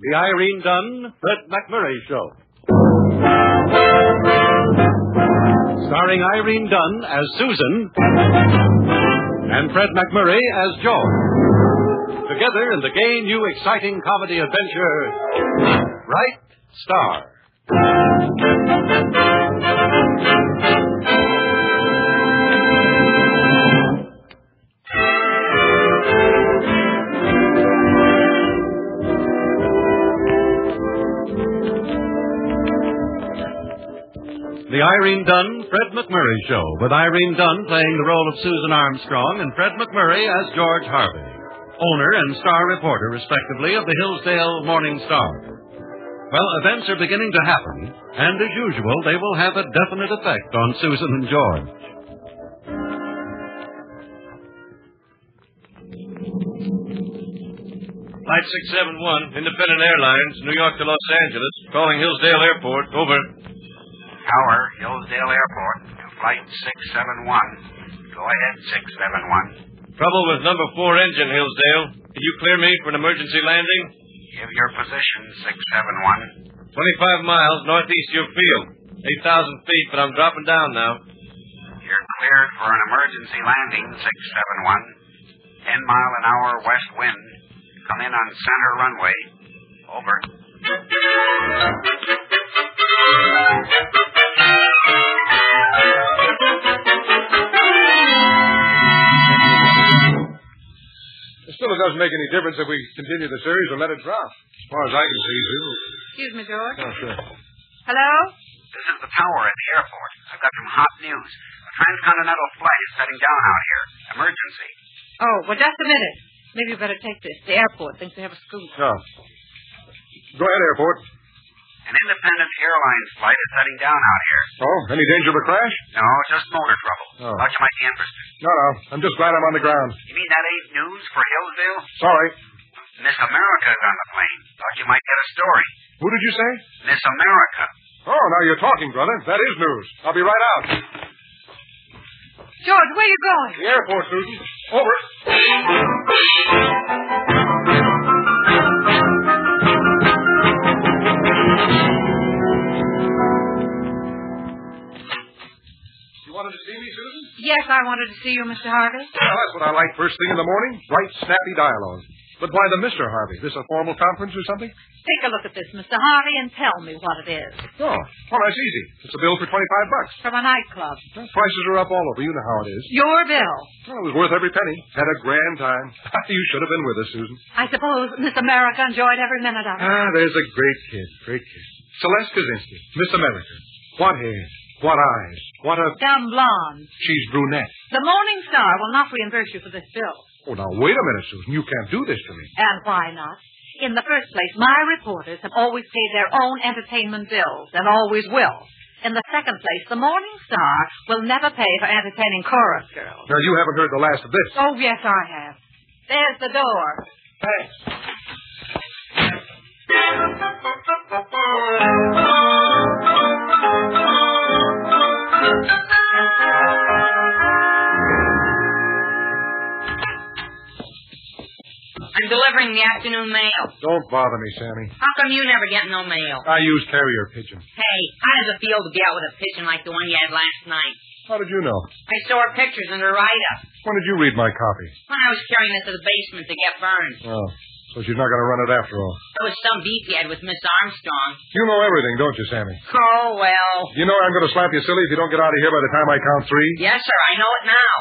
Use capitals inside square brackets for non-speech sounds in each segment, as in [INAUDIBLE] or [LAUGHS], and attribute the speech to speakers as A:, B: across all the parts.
A: The Irene Dunn, Burt McMurray Show. Starring Irene Dunn as Susan and Fred McMurray as Joe. Together in the gay, new, exciting comedy adventure, Bright Star. The Irene Dunn, Fred McMurray Show, with Irene Dunn playing the role of Susan Armstrong and Fred McMurray as George Harvey, owner and star reporter, respectively, of the Hillsdale Morning Star. Well, events are beginning to happen, and as usual, they will have a definite effect on Susan and George.
B: Flight 671, Independent Airlines, New York to Los Angeles, calling Hillsdale Airport. Over.
C: Tower, Hillsdale Airport, to flight 671. Go ahead, 671.
B: Trouble with number four engine, Hillsdale. Can you clear me for an emergency landing?
C: Give your position, 671.
B: 25 miles northeast of your field. 8,000 feet, but I'm dropping down now.
C: You're cleared for an emergency landing, 671. 10 mile an hour west wind. Come in on center runway. Over.
D: It still doesn't make any difference if we continue the series or let it drop. As far as I can see, Sue.
E: Excuse me, George.
D: Oh, sure.
E: Hello?
C: This is the tower at the airport. I've got some hot news. A transcontinental flight is setting down out here. Emergency.
E: Oh, well, just a minute. Maybe you better take this. The airport thinks they have a scoop.
D: No. Go ahead, airport.
C: An independent airlines flight is setting down out here.
D: Oh, any danger of a crash?
C: No, just motor trouble.
D: Oh.
C: Thought you might be interested.
D: No, no. I'm just glad I'm on the ground.
C: You mean that ain't news for Hillsdale?
D: Sorry.
C: Miss America's on the plane. Thought you might get a story.
D: Who did you say?
C: Miss America.
D: Oh, now you're talking, brother. That is news. I'll be right out.
E: George, where you going?
D: The airport, Susan. Over. You wanted to see me, Susan?
E: Yes, I wanted to see you, Mr. Harvey.
D: Well, that's what I like first thing in the morning. Bright, snappy dialogue. But why the Mr. Harvey? This a formal conference or something?
E: Take a look at this, Mr. Harvey, and tell me what it is.
D: No. Well, that's easy. It's a bill for 25 bucks.
E: From a nightclub.
D: Prices are up all over. You know how it is.
E: Your bill.
D: Well, it was worth every penny. Had a grand time. [LAUGHS] you should have been with us, Susan.
E: I suppose Miss America enjoyed every minute of it.
D: Ah, there's a great kid. Great kid. Celeste Kaczynski, Miss America. What hair. What eyes. What a...
E: Dumb blonde.
D: She's brunette.
E: The Morning Star will not reimburse you for this bill.
D: Oh, now, wait a minute, Susan. You can't do this to me.
E: And why not? In the first place, my reporters have always paid their own entertainment bills and always will. In the second place, the Morning Star will never pay for entertaining chorus girls.
D: Now, you haven't heard the last of this.
E: Oh, yes, I have. There's the door.
D: Thanks.
F: I'm delivering the afternoon mail.
D: Don't bother me, Sammy.
F: How come you never get no mail?
D: I use carrier pigeon.
F: Hey, how does it feel to be out with a pigeon like the one you had last night?
D: How did you know?
F: I saw her pictures in her write-up
D: When did you read my copy?
F: when I was carrying her to the basement to get burned.
D: Oh, so she's not going to run it after all.
F: There was some beef he had with Miss Armstrong.
D: You know everything, don't you, Sammy?
F: Oh, well.
D: You know I'm going to slap you silly if you don't get out of here by the time I count three.
F: Yes, sir, I know it now.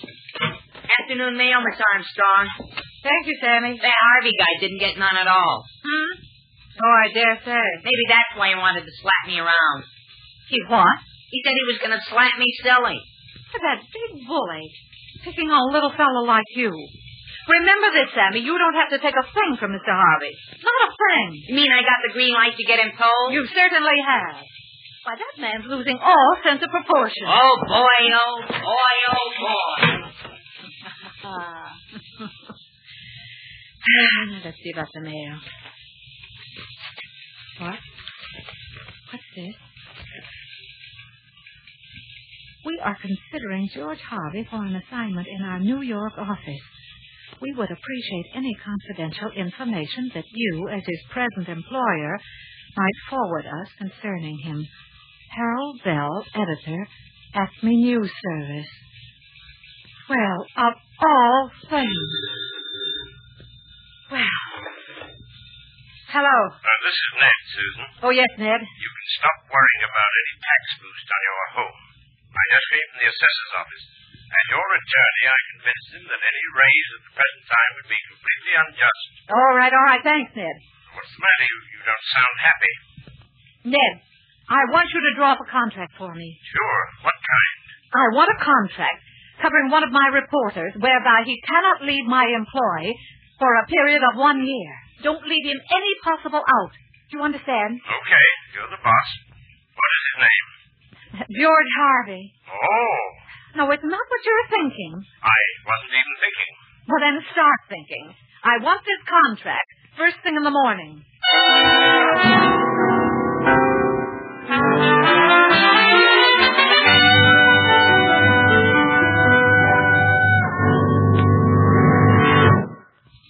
F: Afternoon mail, Miss Armstrong.
E: Thank you, Sammy.
F: That Harvey guy didn't get none at all.
E: Hmm? Oh, I dare say.
F: Maybe that's why he wanted to slap me around.
E: He what?
F: He said he was going to slap me silly.
E: For that big bully. Picking on a little fellow like you. Remember this, Sammy. You don't have to take a thing from Mr. Harvey. Not a thing.
F: You mean I got the green light to get him told?
E: You certainly have. Why, that man's losing all sense of proportion.
F: Oh, boy, oh, boy, oh, boy.
E: Ah. now, let's see about the mail. What? What's this? are considering George Harvey for an assignment in our New York office. We would appreciate any confidential information that you, as his present employer, might forward us concerning him. Harold Bell, editor, Acme News Service. Well, of all things. Well. Hello.
C: Uh, this is Ned, Susan.
E: Oh, yes, Ned.
C: You can stop worrying about any tax boost on your home. I just came from the assessor's office. As your attorney, I convinced him that any raise at the present time would be completely unjust.
E: All right, all right. Thanks, Ned.
C: What's the matter? You, you don't sound happy.
E: Ned, I want you to draw up a contract for me.
C: Sure. What kind?
E: I want a contract covering one of my reporters whereby he cannot leave my employ for a period of one year. Don't leave him any possible out. Do you understand? [LAUGHS]
C: Okay, you're the boss. What is his name?
E: George Harvey.
C: Oh,
E: No, it's not what you're thinking.
C: I wasn't even thinking.
E: Well, then start thinking. I want this contract first thing in the morning.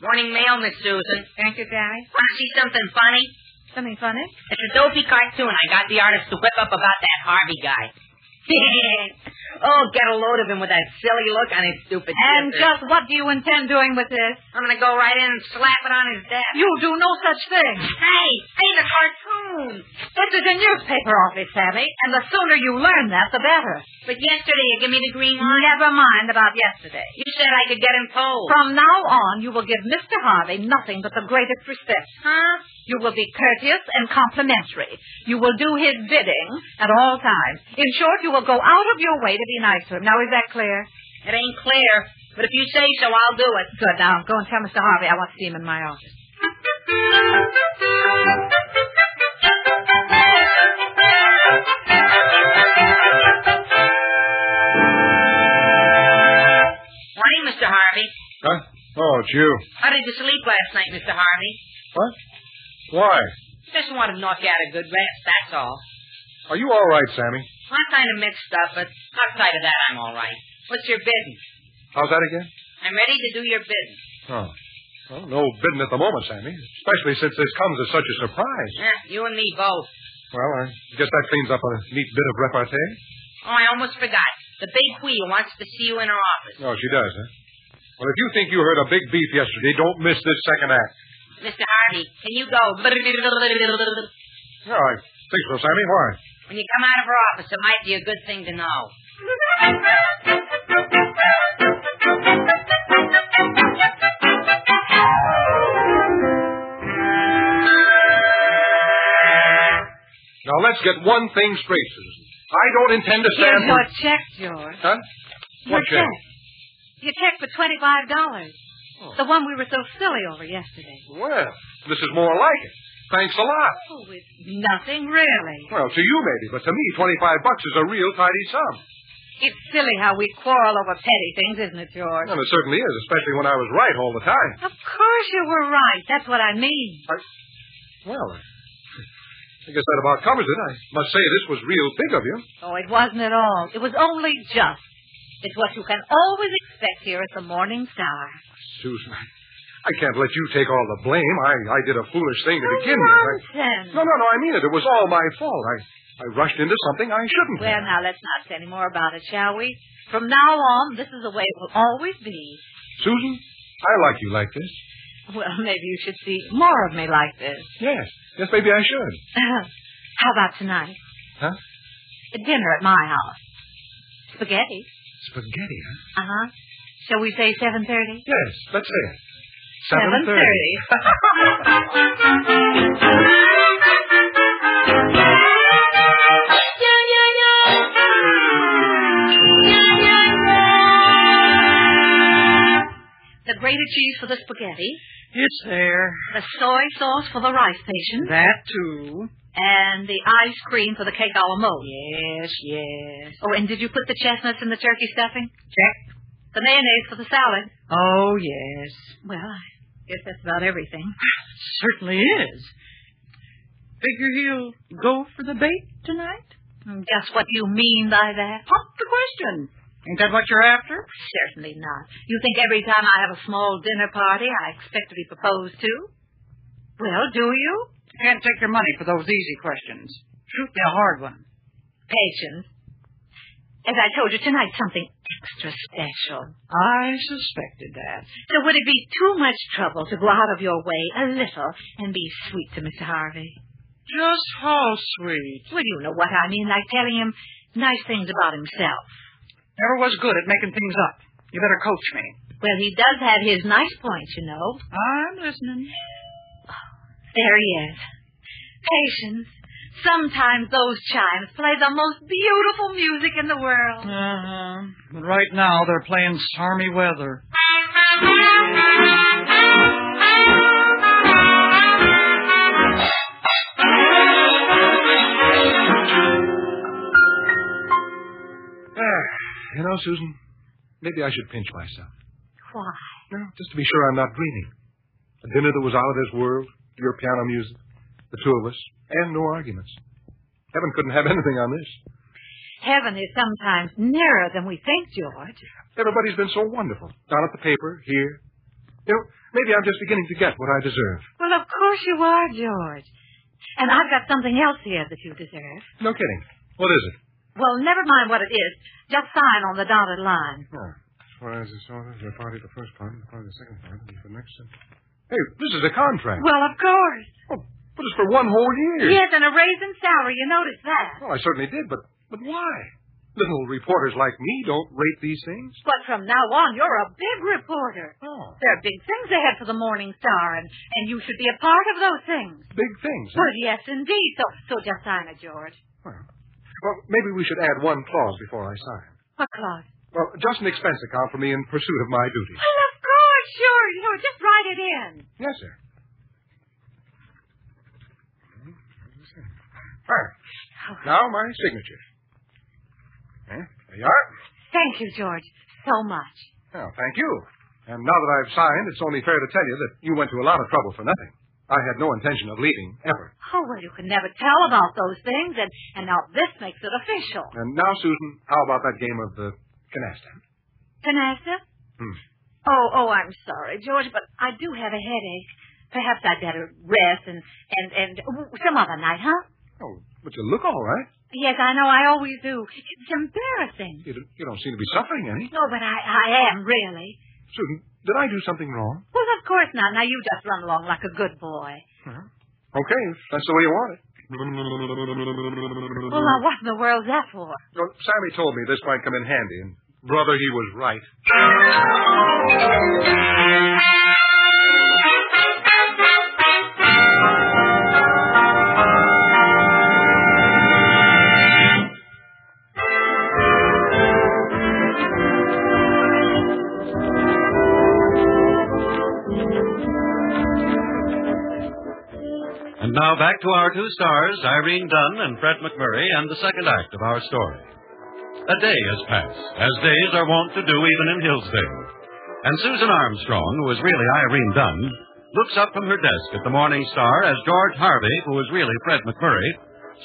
F: Morning mail, Miss Susan.
E: Thank you, Daddy.
F: Want to see something funny?
E: Something funny?
F: It's a dopey cartoon I got the artist to whip up about that Harvey
E: [LAUGHS]
F: guy. oh, get a load of him with that silly look on his stupid
E: And
F: face.
E: just what do you intend doing with this?
F: I'm gonna go right in and slap it on his desk.
E: You do no such thing.
F: Hey, say the cartoon.
E: This is a newspaper office, Sammy, and the sooner you learn that, the better.
F: But yesterday you give me the green light.
E: Never mind about yesterday.
F: You said I could get him told.
E: From now on, you will give Mr. Harvey nothing but the greatest respect.
F: huh?
E: You will be courteous and complimentary. You will do his bidding at all times. In short, you will go out of your way to be nice to him. Now, is that clear?
F: It ain't clear, but if you say so, I'll do it.
E: Good. Now, go and tell Mr. Harvey I want to see him in my office.
F: Morning, Mr. Harvey.
D: Huh? Oh, it's you.
F: How did you sleep last night, Mr. Harvey?
D: What? Why?
F: Just want to knock you out a good rest, that's all.
D: Are you all right, Sammy?
F: I'm kind of mixed up, but outside of that, I'm all right. What's your business?
D: How's that again?
F: I'm ready to do your business.
D: Oh. Well, no bidding at the moment, Sammy. Especially since this comes as such a surprise.
F: Yeah, you and me both.
D: Well, I guess that cleans up a neat bit of repartee.
F: Oh, I almost forgot. The big wheel wants to see you in her office.
D: Oh, she does, huh? Well, if you think you heard a big beef yesterday, don't miss this second act.
F: Mr. Harvey, can you go? When
D: Yeah, I think so, Sammy. Why?
F: you come out of her office, it might be a good thing to know.
D: Now, let's get one thing straight, Susan. I don't intend to stand
E: Here's
D: for...
E: your check, George.
D: Huh?
E: Your
D: What check?
E: Your check for twenty-five dollars. The one we were so silly over yesterday.
D: Well, this is more like it. Thanks a lot.
E: Oh, it's nothing really.
D: Well, to you maybe, but to me, 25 bucks is a real tidy sum.
E: It's silly how we quarrel over petty things, isn't it, George?
D: Well, it certainly is, especially when I was right all the time.
E: Of course you were right. That's what I mean.
D: Well, I guess that about covers it. I must say this was real big of you.
E: Oh, it wasn't at all. It was only just. It's what you can always expect here at the Morning Star.
D: Susan, I can't let you take all the blame. I, I did a foolish thing to begin with. I-
E: Nonsense.
D: No, no, no, I mean it. It was all my fault. I, I rushed into something I shouldn't
E: Well,
D: have.
E: now let's not say any more about it, shall we? From now on, this is the way it will always be.
D: Susan, I like you like this.
E: Well, [LAUGHS] maybe you should see more of me like this. [LAUGHS]
D: Yes. Yes, maybe I should.
E: How about tonight?
D: Huh?
E: At dinner at my house. Spaghetti.
D: Spaghetti, huh?
E: Uh huh. Shall we say seven thirty?
D: Yes, that's it. 7:30.
E: thirty. The grated cheese for the spaghetti,
G: It's there.
E: the soy sauce for the rice station,
G: That too.
E: and the ice cream for the cake a la mode.
G: Yes, yes.
E: Oh, and did you put the chestnuts in the turkey stuffing?
G: Check.
E: The mayonnaise for the salad.
G: Oh, yes.
E: Well, I guess that's about
G: [LAUGHS]
E: everything.
G: Certainly is. Figure he'll go for the bait tonight?
E: Just what you mean by that?
H: Pop the question. Ain't that what you're after?
E: Certainly not. You think every time I have a small dinner party, I expect to be proposed to? Well, do you?
H: Can't take your money for those easy questions. Shoot me a hard one.
E: Patience. As I told you tonight, something extra special.
H: I suspected that.
E: So would it be too much trouble to go out of your way a little and be sweet to Mr. Harvey?
H: Just how sweet.
E: Well, you know what I mean, like telling him nice things about himself.
H: Never was good at making things up. You better coach me.
E: Well, he does have his nice points, you know.
H: I'm listening.
E: There he is. Patience. Sometimes those chimes play the most beautiful music in the world.
H: Uh-huh. But right now they're playing Sarmy Weather.
G: Uh,
D: Ah, You know, Susan, maybe I should pinch myself.
E: Why?
D: No, just to be sure I'm not dreaming. A dinner that was out of this world, your piano music, the two of us, and no arguments. Heaven couldn't have [LAUGHS] anything on this.
E: Heaven is sometimes nearer than we think, George.
D: Everybody's been so wonderful. Down at the paper, here. You know, maybe I'm just beginning to get what I deserve.
E: Well, of course you are, George. And I've got something else here that you deserve.
D: No kidding. What is it?
E: Well, never mind what it is. Just sign on the dotted line.
D: Whereas this order, the party the first part, the party the second part, and the next. Hey, this is a contract. Oh,
E: Well, of course.
D: But it's for one whole year.
E: Yes, and a raise in salary. You noticed that.
D: Well, I certainly did, but but why? Little reporters like me don't rate these things.
E: But from now on, you're a big reporter.
D: Oh.
E: There are big things ahead for the Morning Star, and, and you should be a part of those things.
D: Big things.
E: Well, yes, indeed. So, so just sign it, George.
D: Well, maybe we should add one clause before I sign.
E: What clause?
D: Well, just an expense account for me in pursuit of my duty.
E: Well, of course, sure. You know, just write it in.
D: Yes, sir. Fine. Now my signature. Eh, There you are.
E: Thank you, George, so much.
D: Well, thank you. And now that I've signed, it's only fair to tell you that you went to a lot of trouble for nothing. I had no intention of leaving, ever.
E: Oh, well, you can never tell about those things, and, and now this makes it official.
D: And now, Susan, how about that game of the canasta?
E: Canasta?
D: Hmm.
E: Oh, oh, I'm sorry, George, but I do have a headache. Perhaps I'd better rest and, and, and some other night, huh?
D: Oh, but you look all right.
E: Yes, I know, I always do. It's embarrassing.
D: You don't, you don't seem to be suffering any.
E: No, but I, I am, really.
D: Susan, did I do something wrong?
E: Well, of course not. Now you just run along like a good boy.
D: Okay, if that's the way you want it. Mm-hmm.
E: Well, now what in the world's that for?
D: Well, Sammy told me this might come in handy, and brother, he was right.
A: And now back to our two stars, Irene Dunn and Fred McMurray, and the second act of our story. A day has passed, as days are wont to do even in Hillsdale. And Susan Armstrong, who is really Irene Dunn, looks up from her desk at the Morning Star as George Harvey, who is really Fred McMurray,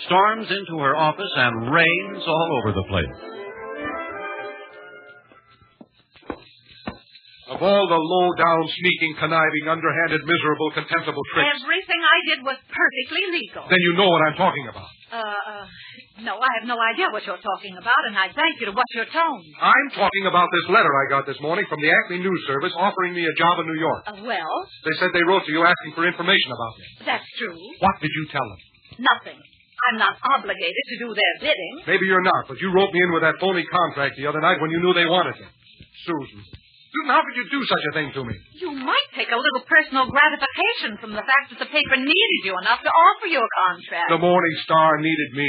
A: storms into her office and rains all over the place.
D: Of all the low-down, sneaking, conniving, underhanded, miserable, contemptible tricks,
E: Everything I did was perfectly legal.
D: then you know what I'm talking about.
E: Uh, uh, no, I have no idea what you're talking about, and I thank you to watch your tone.
D: I'm talking about this letter I got this morning from the Acme News Service offering me a job in New York.
E: Uh, well,
D: They said they wrote to you asking for information about me.
E: that's true.
D: What did you tell them?
E: Nothing. I'm not obligated to do their bidding.
D: Maybe you're not, but you wrote me in with that phony contract the other night when you knew they wanted me. Susan. Susan, how could you do such a thing to me?
E: You might take a little personal gratification from the fact that the paper needed you enough to offer you a contract.
D: The Morning Star needed me.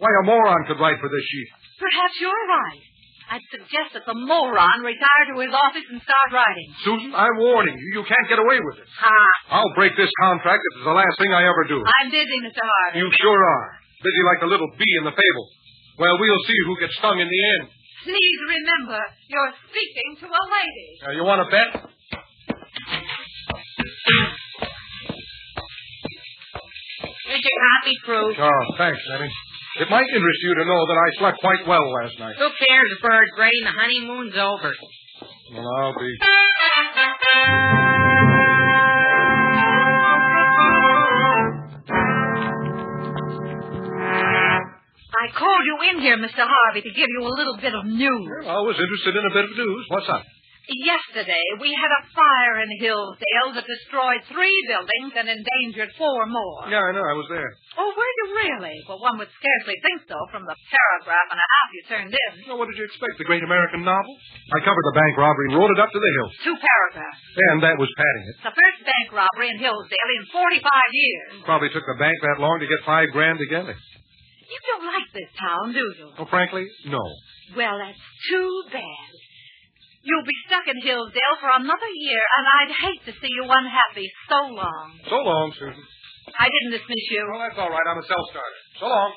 D: Why, a moron could write for this sheet.
E: Perhaps you're right. I'd suggest that the moron retire to his office and start writing.
D: Susan, I'm warning you, you can't get away with it.
E: Ha!
D: I'll break this contract if it's the last thing I ever do.
E: I'm busy, Mr. Harvey.
D: You sure are. Busy like the little bee in the fable. Well, we'll see who gets stung in the end.
E: Please remember, you're speaking to a lady.
D: Now, Uh, you want to bet?
F: Here's your copy, proof.
D: Oh, thanks, Sammy. It might interest you to know that I slept quite well last night.
F: Who cares, Bird Brady? The honeymoon's over.
D: Well, I'll be.
E: I called you in here, Mr. Harvey, to give you a little bit of news.
D: Well, I was interested in a bit of news. What's up?
E: Yesterday, we had a fire in Hillsdale that destroyed three buildings and endangered four more.
D: Yeah, I know. I was there.
E: Oh, were you really? Well, one would scarcely think so from the paragraph and a half you turned in.
D: Now, what did you expect? The great American novel? I covered the bank robbery and rode it up to the hills.
E: Two paragraphs.
D: And that was padding it.
E: It's the first bank robbery in Hillsdale in 45 years.
D: Probably took the bank that long to get five grand together.
E: You don't like this town, do you?
D: Well, frankly, no.
E: Well, that's too bad. You'll be stuck in Hillsdale for another year, and I'd hate to see you unhappy so long.
D: So long, Susan.
E: I didn't dismiss you.
D: Well, that's all right. I'm a self starter. So long.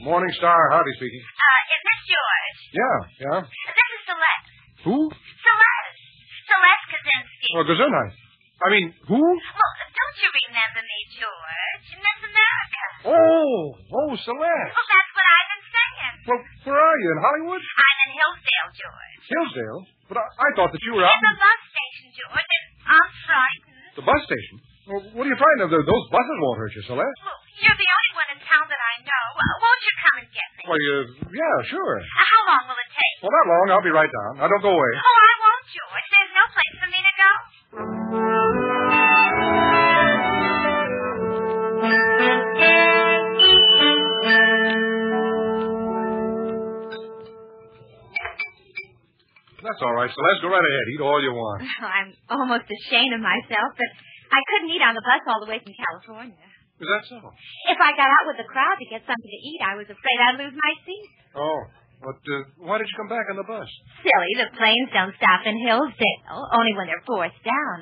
D: Morning Star, Harvey speaking.
G: Uh, is this George?
D: Yeah, yeah.
G: This is Celeste.
D: Who?
G: Celeste. Celeste Kaczynski.
D: Oh, Gesundheit. I mean, who?
G: Well, don't you remember me, George? Miss America.
D: Oh, oh, Celeste.
G: Well, that's what I've been saying.
D: Well, where are you? In Hollywood?
G: I'm in Hillsdale, George.
D: Hillsdale? But I, I thought that you were
G: At
D: out.
G: the bus station, George, and I'm frightened.
D: The bus station? Well, what are you trying to do? Those buses won't hurt you, Celeste.
G: Well, you're the only one in town that I know. Uh, won't you come and get me?
D: Well, you, yeah, sure.
G: Uh, how long will it take?
D: Well, not long. I'll be right down. Now, don't go away.
G: Oh, I won't, George. There's no place for me to go.
D: That's all right, Celeste. Go right ahead. Eat all you want.
G: [LAUGHS] I'm almost ashamed of myself, but I couldn't eat on the bus all the way from California.
D: Is that so?
G: If I got out with the crowd to get something to eat, I was afraid I'd lose my seat.
D: Oh, but uh, why did you come back on the bus?
G: Silly, the planes don't stop in Hillsdale, only when they're forced down,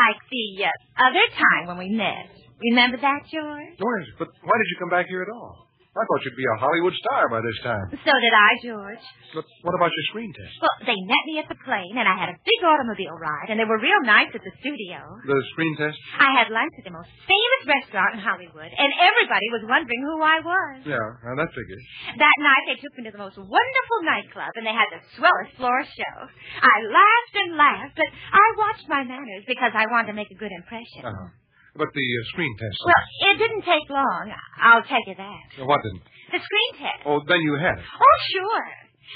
G: like the uh, other time when we met. Remember that, George?
D: No, yes, but why did you come back here at all? I thought you'd be a Hollywood star by this time.
G: So did I, George.
D: But what about your screen test?
G: Well, they met me at the plane, and I had a big automobile ride, and they were real nice at the studio.
D: The screen test?
G: I had lunch at the most famous restaurant in Hollywood, and everybody was wondering who I was.
D: Yeah, now that figures.
G: That night, they took me to the most wonderful nightclub, and they had the swellest floor show. I laughed and laughed, but I watched my manners because I wanted to make a good impression.
D: Uh-huh. But the uh, screen test.
G: Well, it didn't take long. I'll tell you that.
D: Uh, what didn't?
G: The screen test.
D: Oh, then you had it.
G: Oh, sure.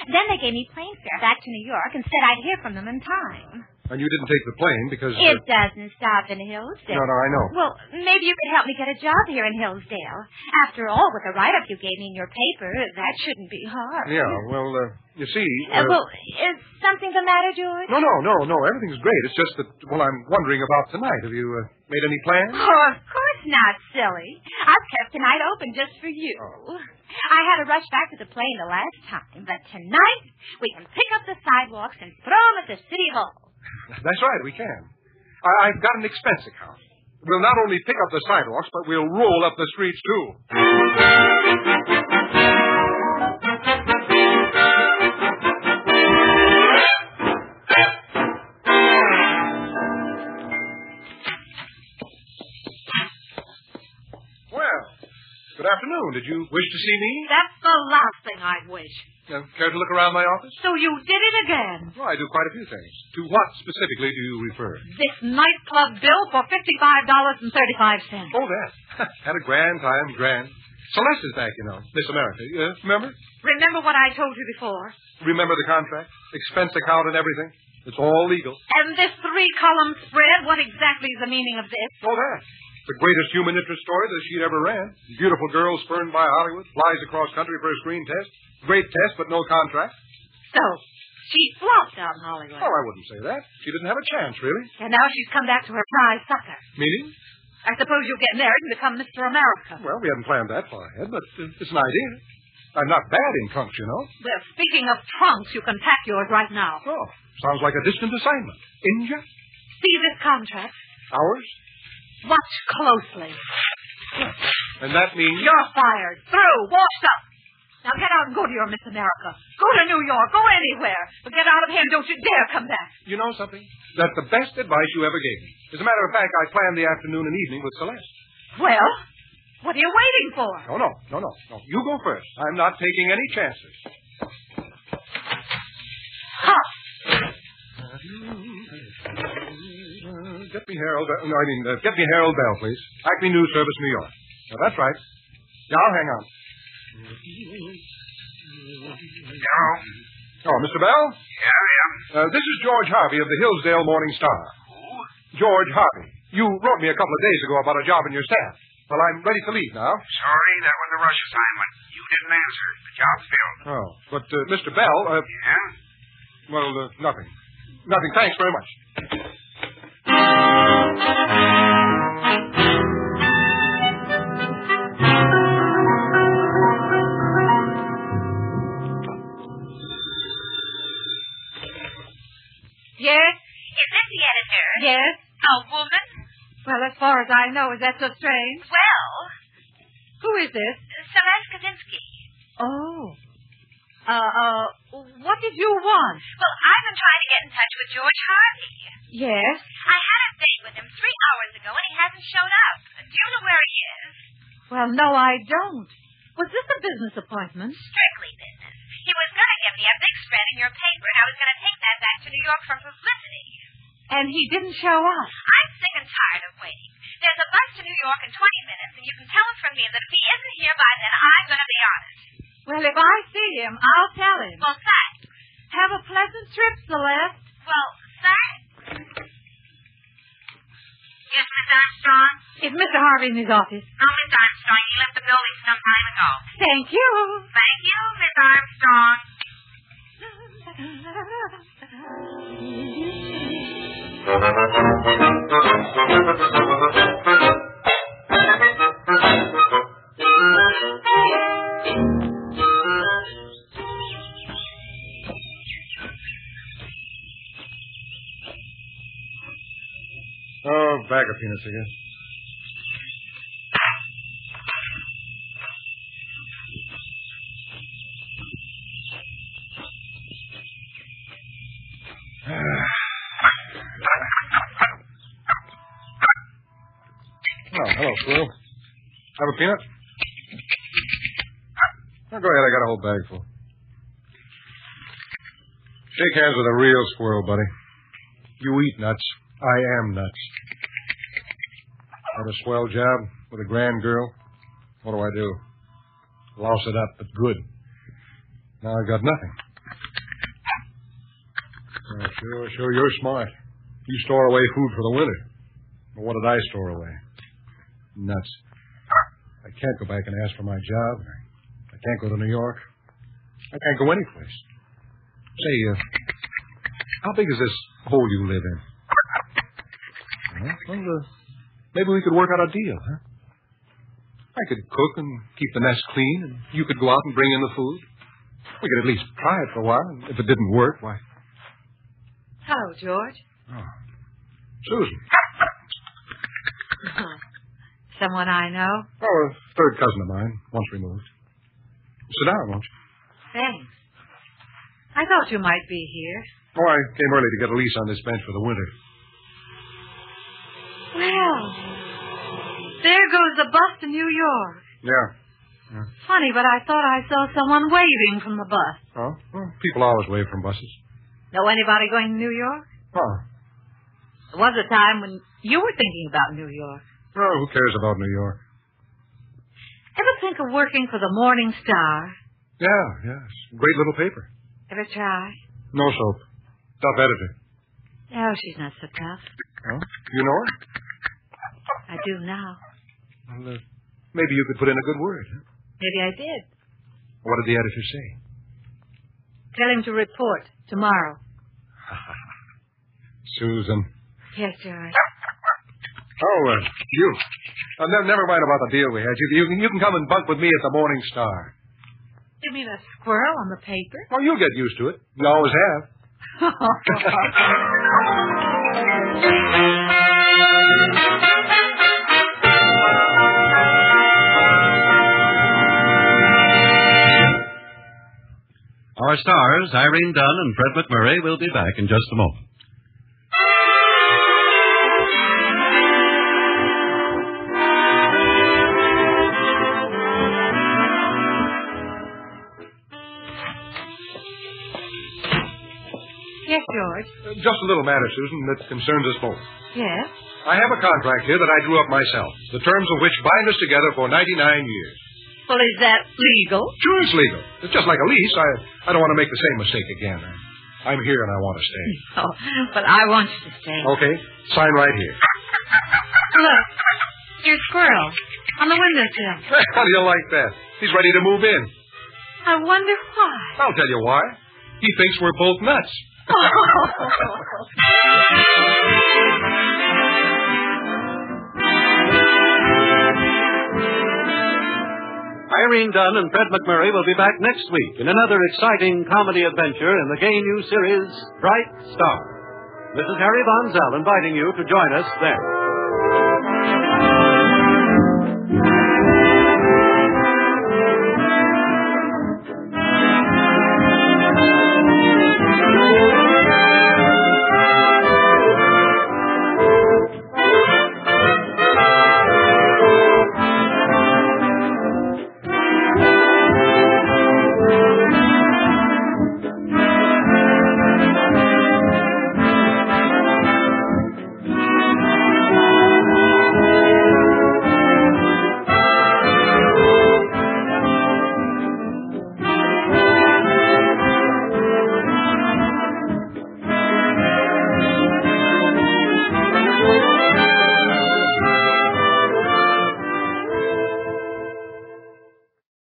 G: Then they gave me plane fare back to New York and said I'd hear from them in time.
D: And you didn't take the plane because. uh,
G: It doesn't stop in Hillsdale.
D: no, no, I know.
G: Well, maybe you could help me get a job here in Hillsdale. After all, with the write-up you gave me in your paper, that shouldn't be hard.
D: Yeah, well, uh, you see.
G: Uh, well, is something the matter, George?
D: no, no, no, no. Everything's great. It's just that, well, I'm wondering about tonight. Have you uh, made any plans?
G: Oh, of course not, silly. I've kept tonight open just for you.
E: Oh.
G: I had to rush back to the plane the last time, but tonight we can pick up the sidewalks and throw 'em at the city hall.
D: That's right, we can. I- I've got an expense account. We'll not only pick up the sidewalks, but we'll roll up the streets, too. Well, good afternoon. Did you wish to see me?
E: That's the last thing I'd wish.
D: Uh, care to look around my office?
E: So you did it again.
D: Well, I do quite a few things. To what specifically do you refer?
E: This nightclub bill for $55.35.
D: Oh, that. [LAUGHS] Had a grand time, grand. Celeste is back, you know. Miss America. Uh, remember?
E: Remember what I told you before?
D: Remember the contract? Expense account and everything? It's all legal.
E: And this three-column spread, what exactly is the meaning of this?
D: Oh, that. The greatest human interest story that she'd ever ran. Beautiful girl spurned by Hollywood, flies across country for a screen test. Great test, but no contract.
E: So, she flopped out in Hollywood.
D: Oh, I wouldn't say that. She didn't have a chance, really.
E: And now she's come back to her prize sucker.
D: Meaning?
E: I suppose you'll get married and become Mr. America.
D: Well, we hadn't planned that far ahead, but uh, it's an idea. I'm not bad in trunks, you know.
E: Well, speaking of trunks, you can pack yours right now.
D: Oh, sounds like a distant assignment. India?
E: See this contract?
D: Ours?
E: Watch closely.
D: And that means...
E: You're fired, through, washed up. Now get out and go to your Miss America. Go to New York. Go anywhere. But get out of here and don't you dare come back.
D: You know something? That's the best advice you ever gave me. As a matter of fact, I planned the afternoon and evening with Celeste.
E: Well, what are you waiting for?
D: No, no, no, no, no. You go first. I'm not taking any chances.
E: Ha!
D: Get me Harold. Bell- No, I mean, uh, get me Harold Bell, please. Acme News Service, New York. Now, that's right. Yeah, I'll hang on.
C: Hello?
D: Oh, Mr. Bell?
C: Yeah, yeah.
D: Uh, this is George Harvey of the Hillsdale Morning Star. George Harvey. You wrote me a couple of days ago about a job in your staff. Well, I'm ready to leave now.
C: Sorry, that was a rush assignment. You didn't answer. The job filled.
D: Oh, but uh, Mr. Bell, uh,
C: Yeah?
D: well, uh, nothing. Nothing. Thanks very much.
E: Yes?
G: Is this the editor?
E: Yes?
G: A woman?
E: Well, as far as I know, is that so strange?
G: Well,
E: Who is this?
G: Celeste Kaczynski.
E: Oh. Uh, uh, what did you want?
G: Well, I've been trying to get in touch with George Harvey.
E: Yes?
G: I had a date with him three hours ago, and he hasn't showed up. Do you know where he is?
E: Well, no, I don't. Was this a business appointment?
G: Strictly business. He was going to give me a big spread in your paper, and I was going to take that back to New York for publicity.
E: And he didn't show up.
G: I'm sick and tired of waiting. There's a bus to New York in 20 minutes, and you can tell him from me that if he isn't here by then, I'm going to be on it.
E: Well, if I see him, I'll tell him.
G: Well, thanks.
E: Have a pleasant trip, Celeste.
G: Well, thanks. Yes, Miss Armstrong?
E: Is Mr. Harvey in his office?
G: No, Miss Armstrong. He left the building some time ago.
E: Thank you.
G: Thank you, Miss Armstrong. [LAUGHS]
D: Oh, bag of peanuts again. [SIGHS] oh, hello, squirrel. Have a peanut? Oh, go ahead. I got a whole bag full. Shake hands with a real squirrel, buddy. You eat nuts. I am nuts. Had a swell job with a grand girl. What do I do? Louse it up, but good. Now I got nothing. Oh, sure, sure, you're smart. You store away food for the winter. But what did I store away? Nuts. I can't go back and ask for my job. I can't go to New York. I can't go anyplace. Say, uh, how big is this hole you live in? Huh? Well, uh, maybe we could work out a deal, huh? I could cook and keep the nest clean, and you could go out and bring in the food. We could at least try it for a while, and if it didn't work, why?
E: Hello, Oh, George.
D: Susan.
E: Someone I know?
D: Oh, a third cousin of mine, once removed. Sit down, won't you?
E: Thanks. I thought you might be here.
D: Oh, I came early to get a lease on this bench for the winter.
E: Well, there goes the bus to New York.
D: Yeah.
E: Funny, but I thought I saw someone waving from the bus.
D: Oh? Well, people always wave from buses.
E: Know anybody going to New York?
D: Oh.
E: There was a time when you were thinking about New York.
D: Oh, who cares about New York?
E: Ever think of working for the Morning Star?
D: Yeah, yes. Great little paper.
E: Ever try?
D: No soap. Tough editor.
E: Oh, she's not so tough.
D: Oh? You know her?
E: I do now.
D: Well, uh, maybe you could put in a good word. huh?
E: Maybe I did.
D: What did the editor say?
E: Tell him to report tomorrow.
D: Susan.
E: Yes, George.
D: Oh, uh, you. Uh, ne- never mind about the deal we had. You, you, can- you can come and bunk with me at the Morning Star.
E: You mean a squirrel on the [LAUGHS] paper?
D: Oh, you'll get used to it. You always have.
A: Our stars, Irene Dunn and Fred McMurray, will be back in just a moment.
I: Yes, George.
D: Uh, Just a little matter, Susan, that concerns us both.
I: Yes.
D: I have a contract here that I drew up myself, the terms of which bind us together for 99 years.
E: Well, is that legal? [LAUGHS]
D: Sure, it's legal. It's just like a lease. I, I don't want to make the same mistake again. I'm here and I want to stay.
E: Oh, but I want you to stay.
D: Okay? Sign right here.
I: Look, here's Squirrel on the windowsill.
D: [LAUGHS] How do you like that? He's ready to move in.
I: I wonder why.
D: I'll tell you why. He thinks we're both nuts.
A: [LAUGHS] Irene Dunn and Fred McMurray will be back next week in another exciting comedy adventure in the gay new series, Bright Star. This is Harry Von Zell inviting you to join us then.